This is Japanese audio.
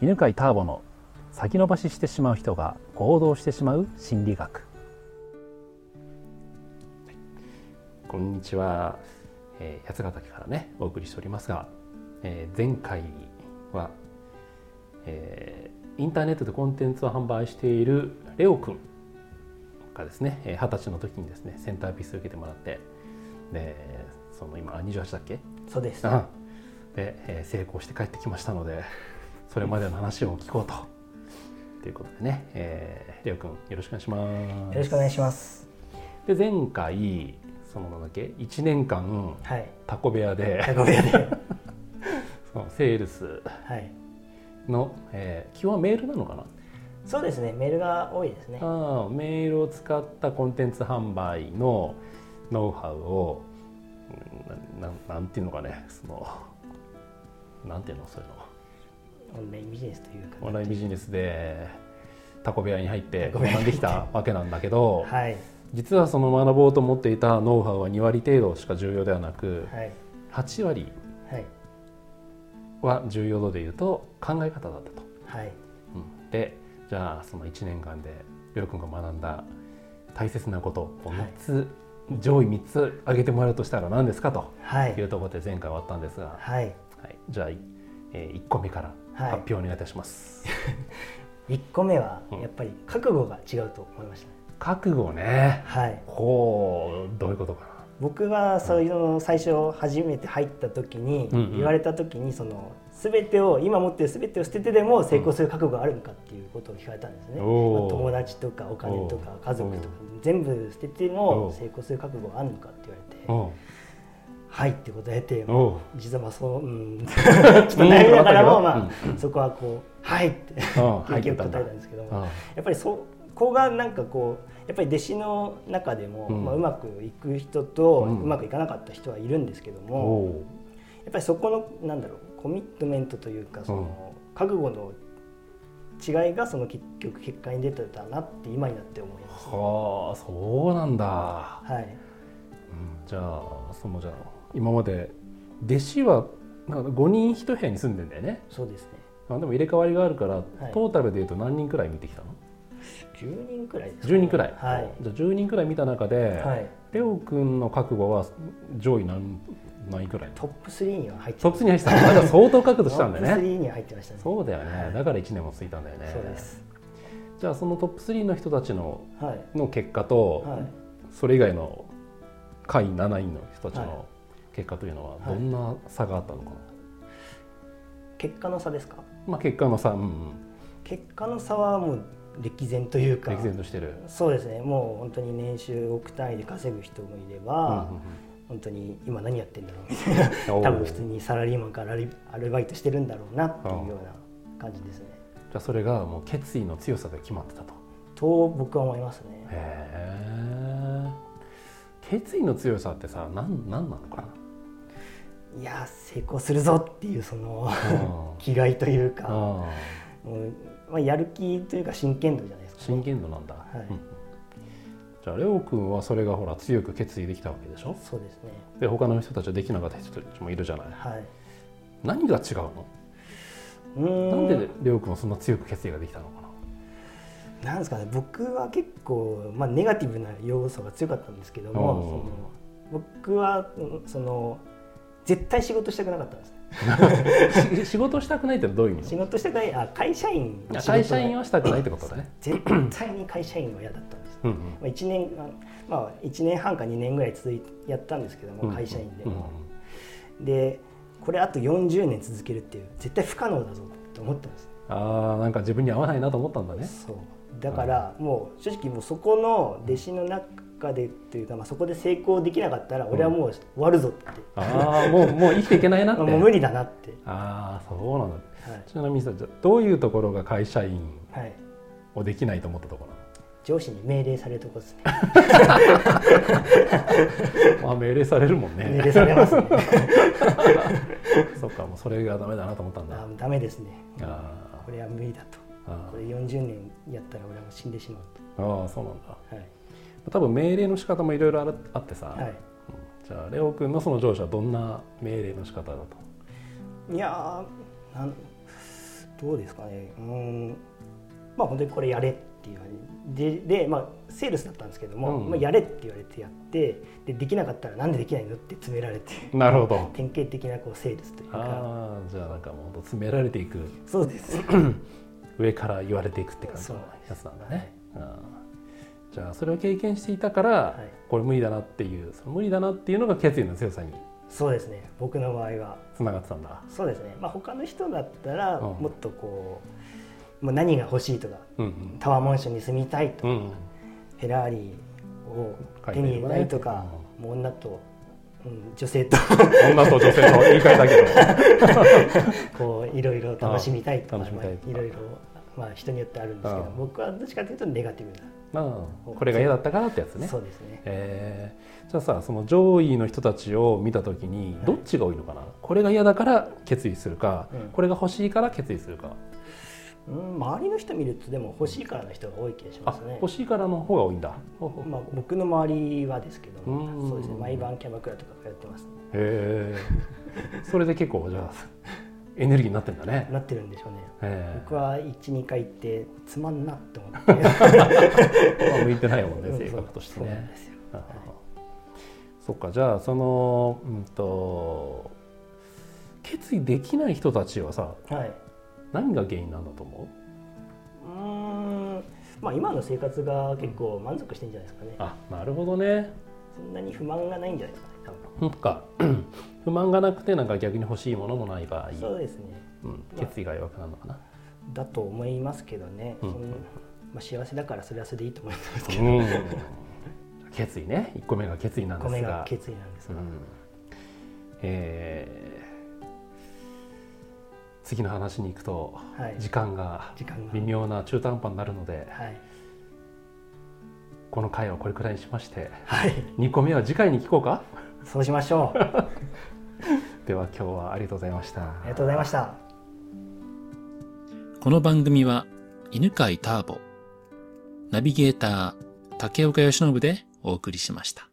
犬飼ターボの先延ばししてしまう人が行動してしまう心理学こんにちは、えー、八ヶ岳からねお送りしておりますが、えー前回は、えーインターネットでコンテンツを販売しているレオくんがですねえー二十歳の時にですねセンターピースを受けてもらってでその今28だっけそうです。うんで、えー成功して帰ってきましたので それまでの話を聞こうと。ということでね、えー、レオくんよろしくお願いしまよす。ろしくお願いします。で前回そのなんだっけ1年間 はい。タコ部屋で タコ部屋で。そのセールスはい。の、えー、基本はメールなのかなそうですね。メールが多いですね。あーメールを使ったコンテンツ販売のノウハウをうんなななんていうのかねそのなんていうのそういうのオンラインビジネスというか。オンラインビジネスでタコ部屋に入ってタコ部屋に学ん入っでてきたわけなんだけど、はい。実はその学ぼうと思っていたノウハウは2割程度しか重要ではなくはい。 8割はい。は重要度でいうと考え方だったと。はい。うんでじゃあその1年間でりょうくんが学んだ大切なことをはい3つ、上位3つ挙げてもらうとしたら何ですかとはいい。うところで前回終わったんですが、ははい。い、じゃあ、え1個目からはい発表お願いいたします。一個目はうんやっぱり覚悟が違うと思いましたね。覚悟ねはい。こうどういうことか僕がそういうの最初初めて入った時にうんうん言われた時にその全てを今持ってる全てを捨ててでも成功する覚悟があるのかっていうことを聞かれたんですね、おーまあ友達とかお金とかおー家族とか全部捨ててもおー成功する覚悟があるのかって言われてな。はいって答えておう実はまあそううん ちょっと悩みながらも、うんまあ、そこはこうはいってうん入って結局たんだ答えたんですけども、うんやっぱりそこがなんかこうやっぱり弟子の中でも、うんまあ、うまくいく人と、ううんまくいかなかった人はいるんですけどもおうやっぱりそこのなんだろうコミットメントというかその、覚悟の違いがその結局結果に出てたなって今になって思います。はあそうなんだ。はうんい、じゃあそのじゃあ今まで弟子はなんか5人1部屋に住んでんだよねそうですねあでも入れ替わりがあるから、いトータルでいうと何人くらい見てきたの10人くらいですかね、 10人くらい、はい、じゃあ10人くらい見た中で、はい、レオ君の覚悟は上位何何位くらいトップ3には入ってトップ3に入ってたまだ相当覚悟したんだ トッよプね3には入ってましたねそう,、そうだよねだから1年もついたんだよねですじゃあそのトップ3の人たちのはいの結果と、はいそれ以外の下位7位の人たちはの結果というのははどいんな差があったのかな、結果の差ですかまあ、結果の差、うんうん、結果の差はもう歴然というか歴然としてる。そうですねもう本当に年収億単位で稼ぐ人もいれば、本当に今何やってんだろうみたいうなんうんうん多分普おー通じにサラリーマンからアルアルバイトしてるんだろうなっていうような感じですねゃあそれがもう決意の強さで決まってたと。と僕は思いますねへえ。決意の強さってさ、なんなんなのかいやー成功するぞっていうそのな。うん気概というか、うんもうまあ、やる気というか真剣度じゃないですか真剣度なんだ。いうんじゃあレオ君はそれがほら強く決意できたわけでしょ。そうですねで他の人たちはできなかった人たちもいるじゃない。はい何が違うの？うーなんでレオ君はそんな強く決意ができたのかな。なんですかね僕は結構、まあ、ネガティブな要素が強かったんですけどもその僕はうんその絶対仕事したくなかったんですねし 仕事したくないってどういう意味仕？事したくないあ会社員の仕事が会社員はしたくないってことだね。絶対に会社員は嫌だったんです、うんうん。まあ、1年あまあ一年半か2年ぐらい続いやったんですけども会社員でも、でこれあと40年続けるっていう絶対不可能だぞと思ったんですああなんか自分に合わないなと思ったんだ ねそうだからもう正直もうそこの弟子の中でというか、まあ、そこで成功できなかったら俺はもう終わるぞって、ああもうもう生きていけないなってもう無理だなってああそうなんだはい、ちなみにさじゃあどういうところが会社員はい、をできないと思ったところ上司に命令されるとこですねな のまあ命令されるもん命 ね令されま すねそっかもうそれがダメだなと思ったんあだもうダメですねあこれは無理だとーあこれ40年やったら俺はもう死んでしまうーあーそうなんだとはい、多分命令の仕方もいろいろあるあってさ、はうんじゃあレオ君のその上司はどんな命令の仕方だとい、いやーなんどうですかねうーんまあ本当にこれやれっていう感じでで、まあ、セールスだったんですけども、うんまあ、やれって言われてやってでできなかったらなんでできないのって詰められて なるほど典型的なこうセールスというかああじゃあなんかもうほんと詰められていくそう です上から言われていくって感じのやつなんだね。うんじゃあそれを経験していたから、いこれ無理だなっていうその無理だなっていうのが決意の強さにそうですね僕の場合はつながってたんだ。そうですねまあ他の人だったらうんもっとこう、まあ、何が欲しいとかうんタワーマンションに住みたいとうか、んうんフェラーリを手に入れないとか、もう女と、うん、女性と女と女性の言い換えだけど こういろいろ楽しみたいとかあ楽しみたいとかまあ、いろいろ、まあ、人によってあるんですけどあ僕はどっちかというとネガティブな、まあこれが嫌だったからってやつね。そうですねえーじゃあさその上位の人たちを見た時にどっちが多いのかな、これが嫌だから決意するか、うんこれが欲しいから決意するか、うん周りの人見るとでも欲しいからの人が多い気がしまあすね欲しいからの方が多いんだ。ほうほうまあ、僕の周りはですけどうんもそうですね毎晩キャバクラとか通ってます、へ えそれで結構じゃあエネルギーになってんだね。なってるんでしょうねえ僕は12回行ってつまんなって思ってえまあ向いてないもんねうん性格として そうなんねで。すよああそっかじゃあそのうんと決意できない人たちはさはい、何が原因なんだと思ううーんまあ今の生活が結構満足してんじゃないですかね、あなるほどね。そんなに不満がないんじゃないですかね多分なんか不満がなくてなんか逆に欲しいものもない場合、そうですねうん、決意が弱くなるのかな。だと思いますけどね、うんそのまあ、幸せだからそれはそれでいいと思いますけど、うん、決意ね1個目が決意なんです米がが決意なんですうが、んえー次の話に行くとはい時間が時間が微妙な中途半端になるのではいこの回はこれくらいにしましてはい2個目は次回に聞こうかそうしましょうあでは今日はありがとうございましたりがとうございましたこの番組は犬飼ターボナビゲーター竹岡由伸でお送りしました。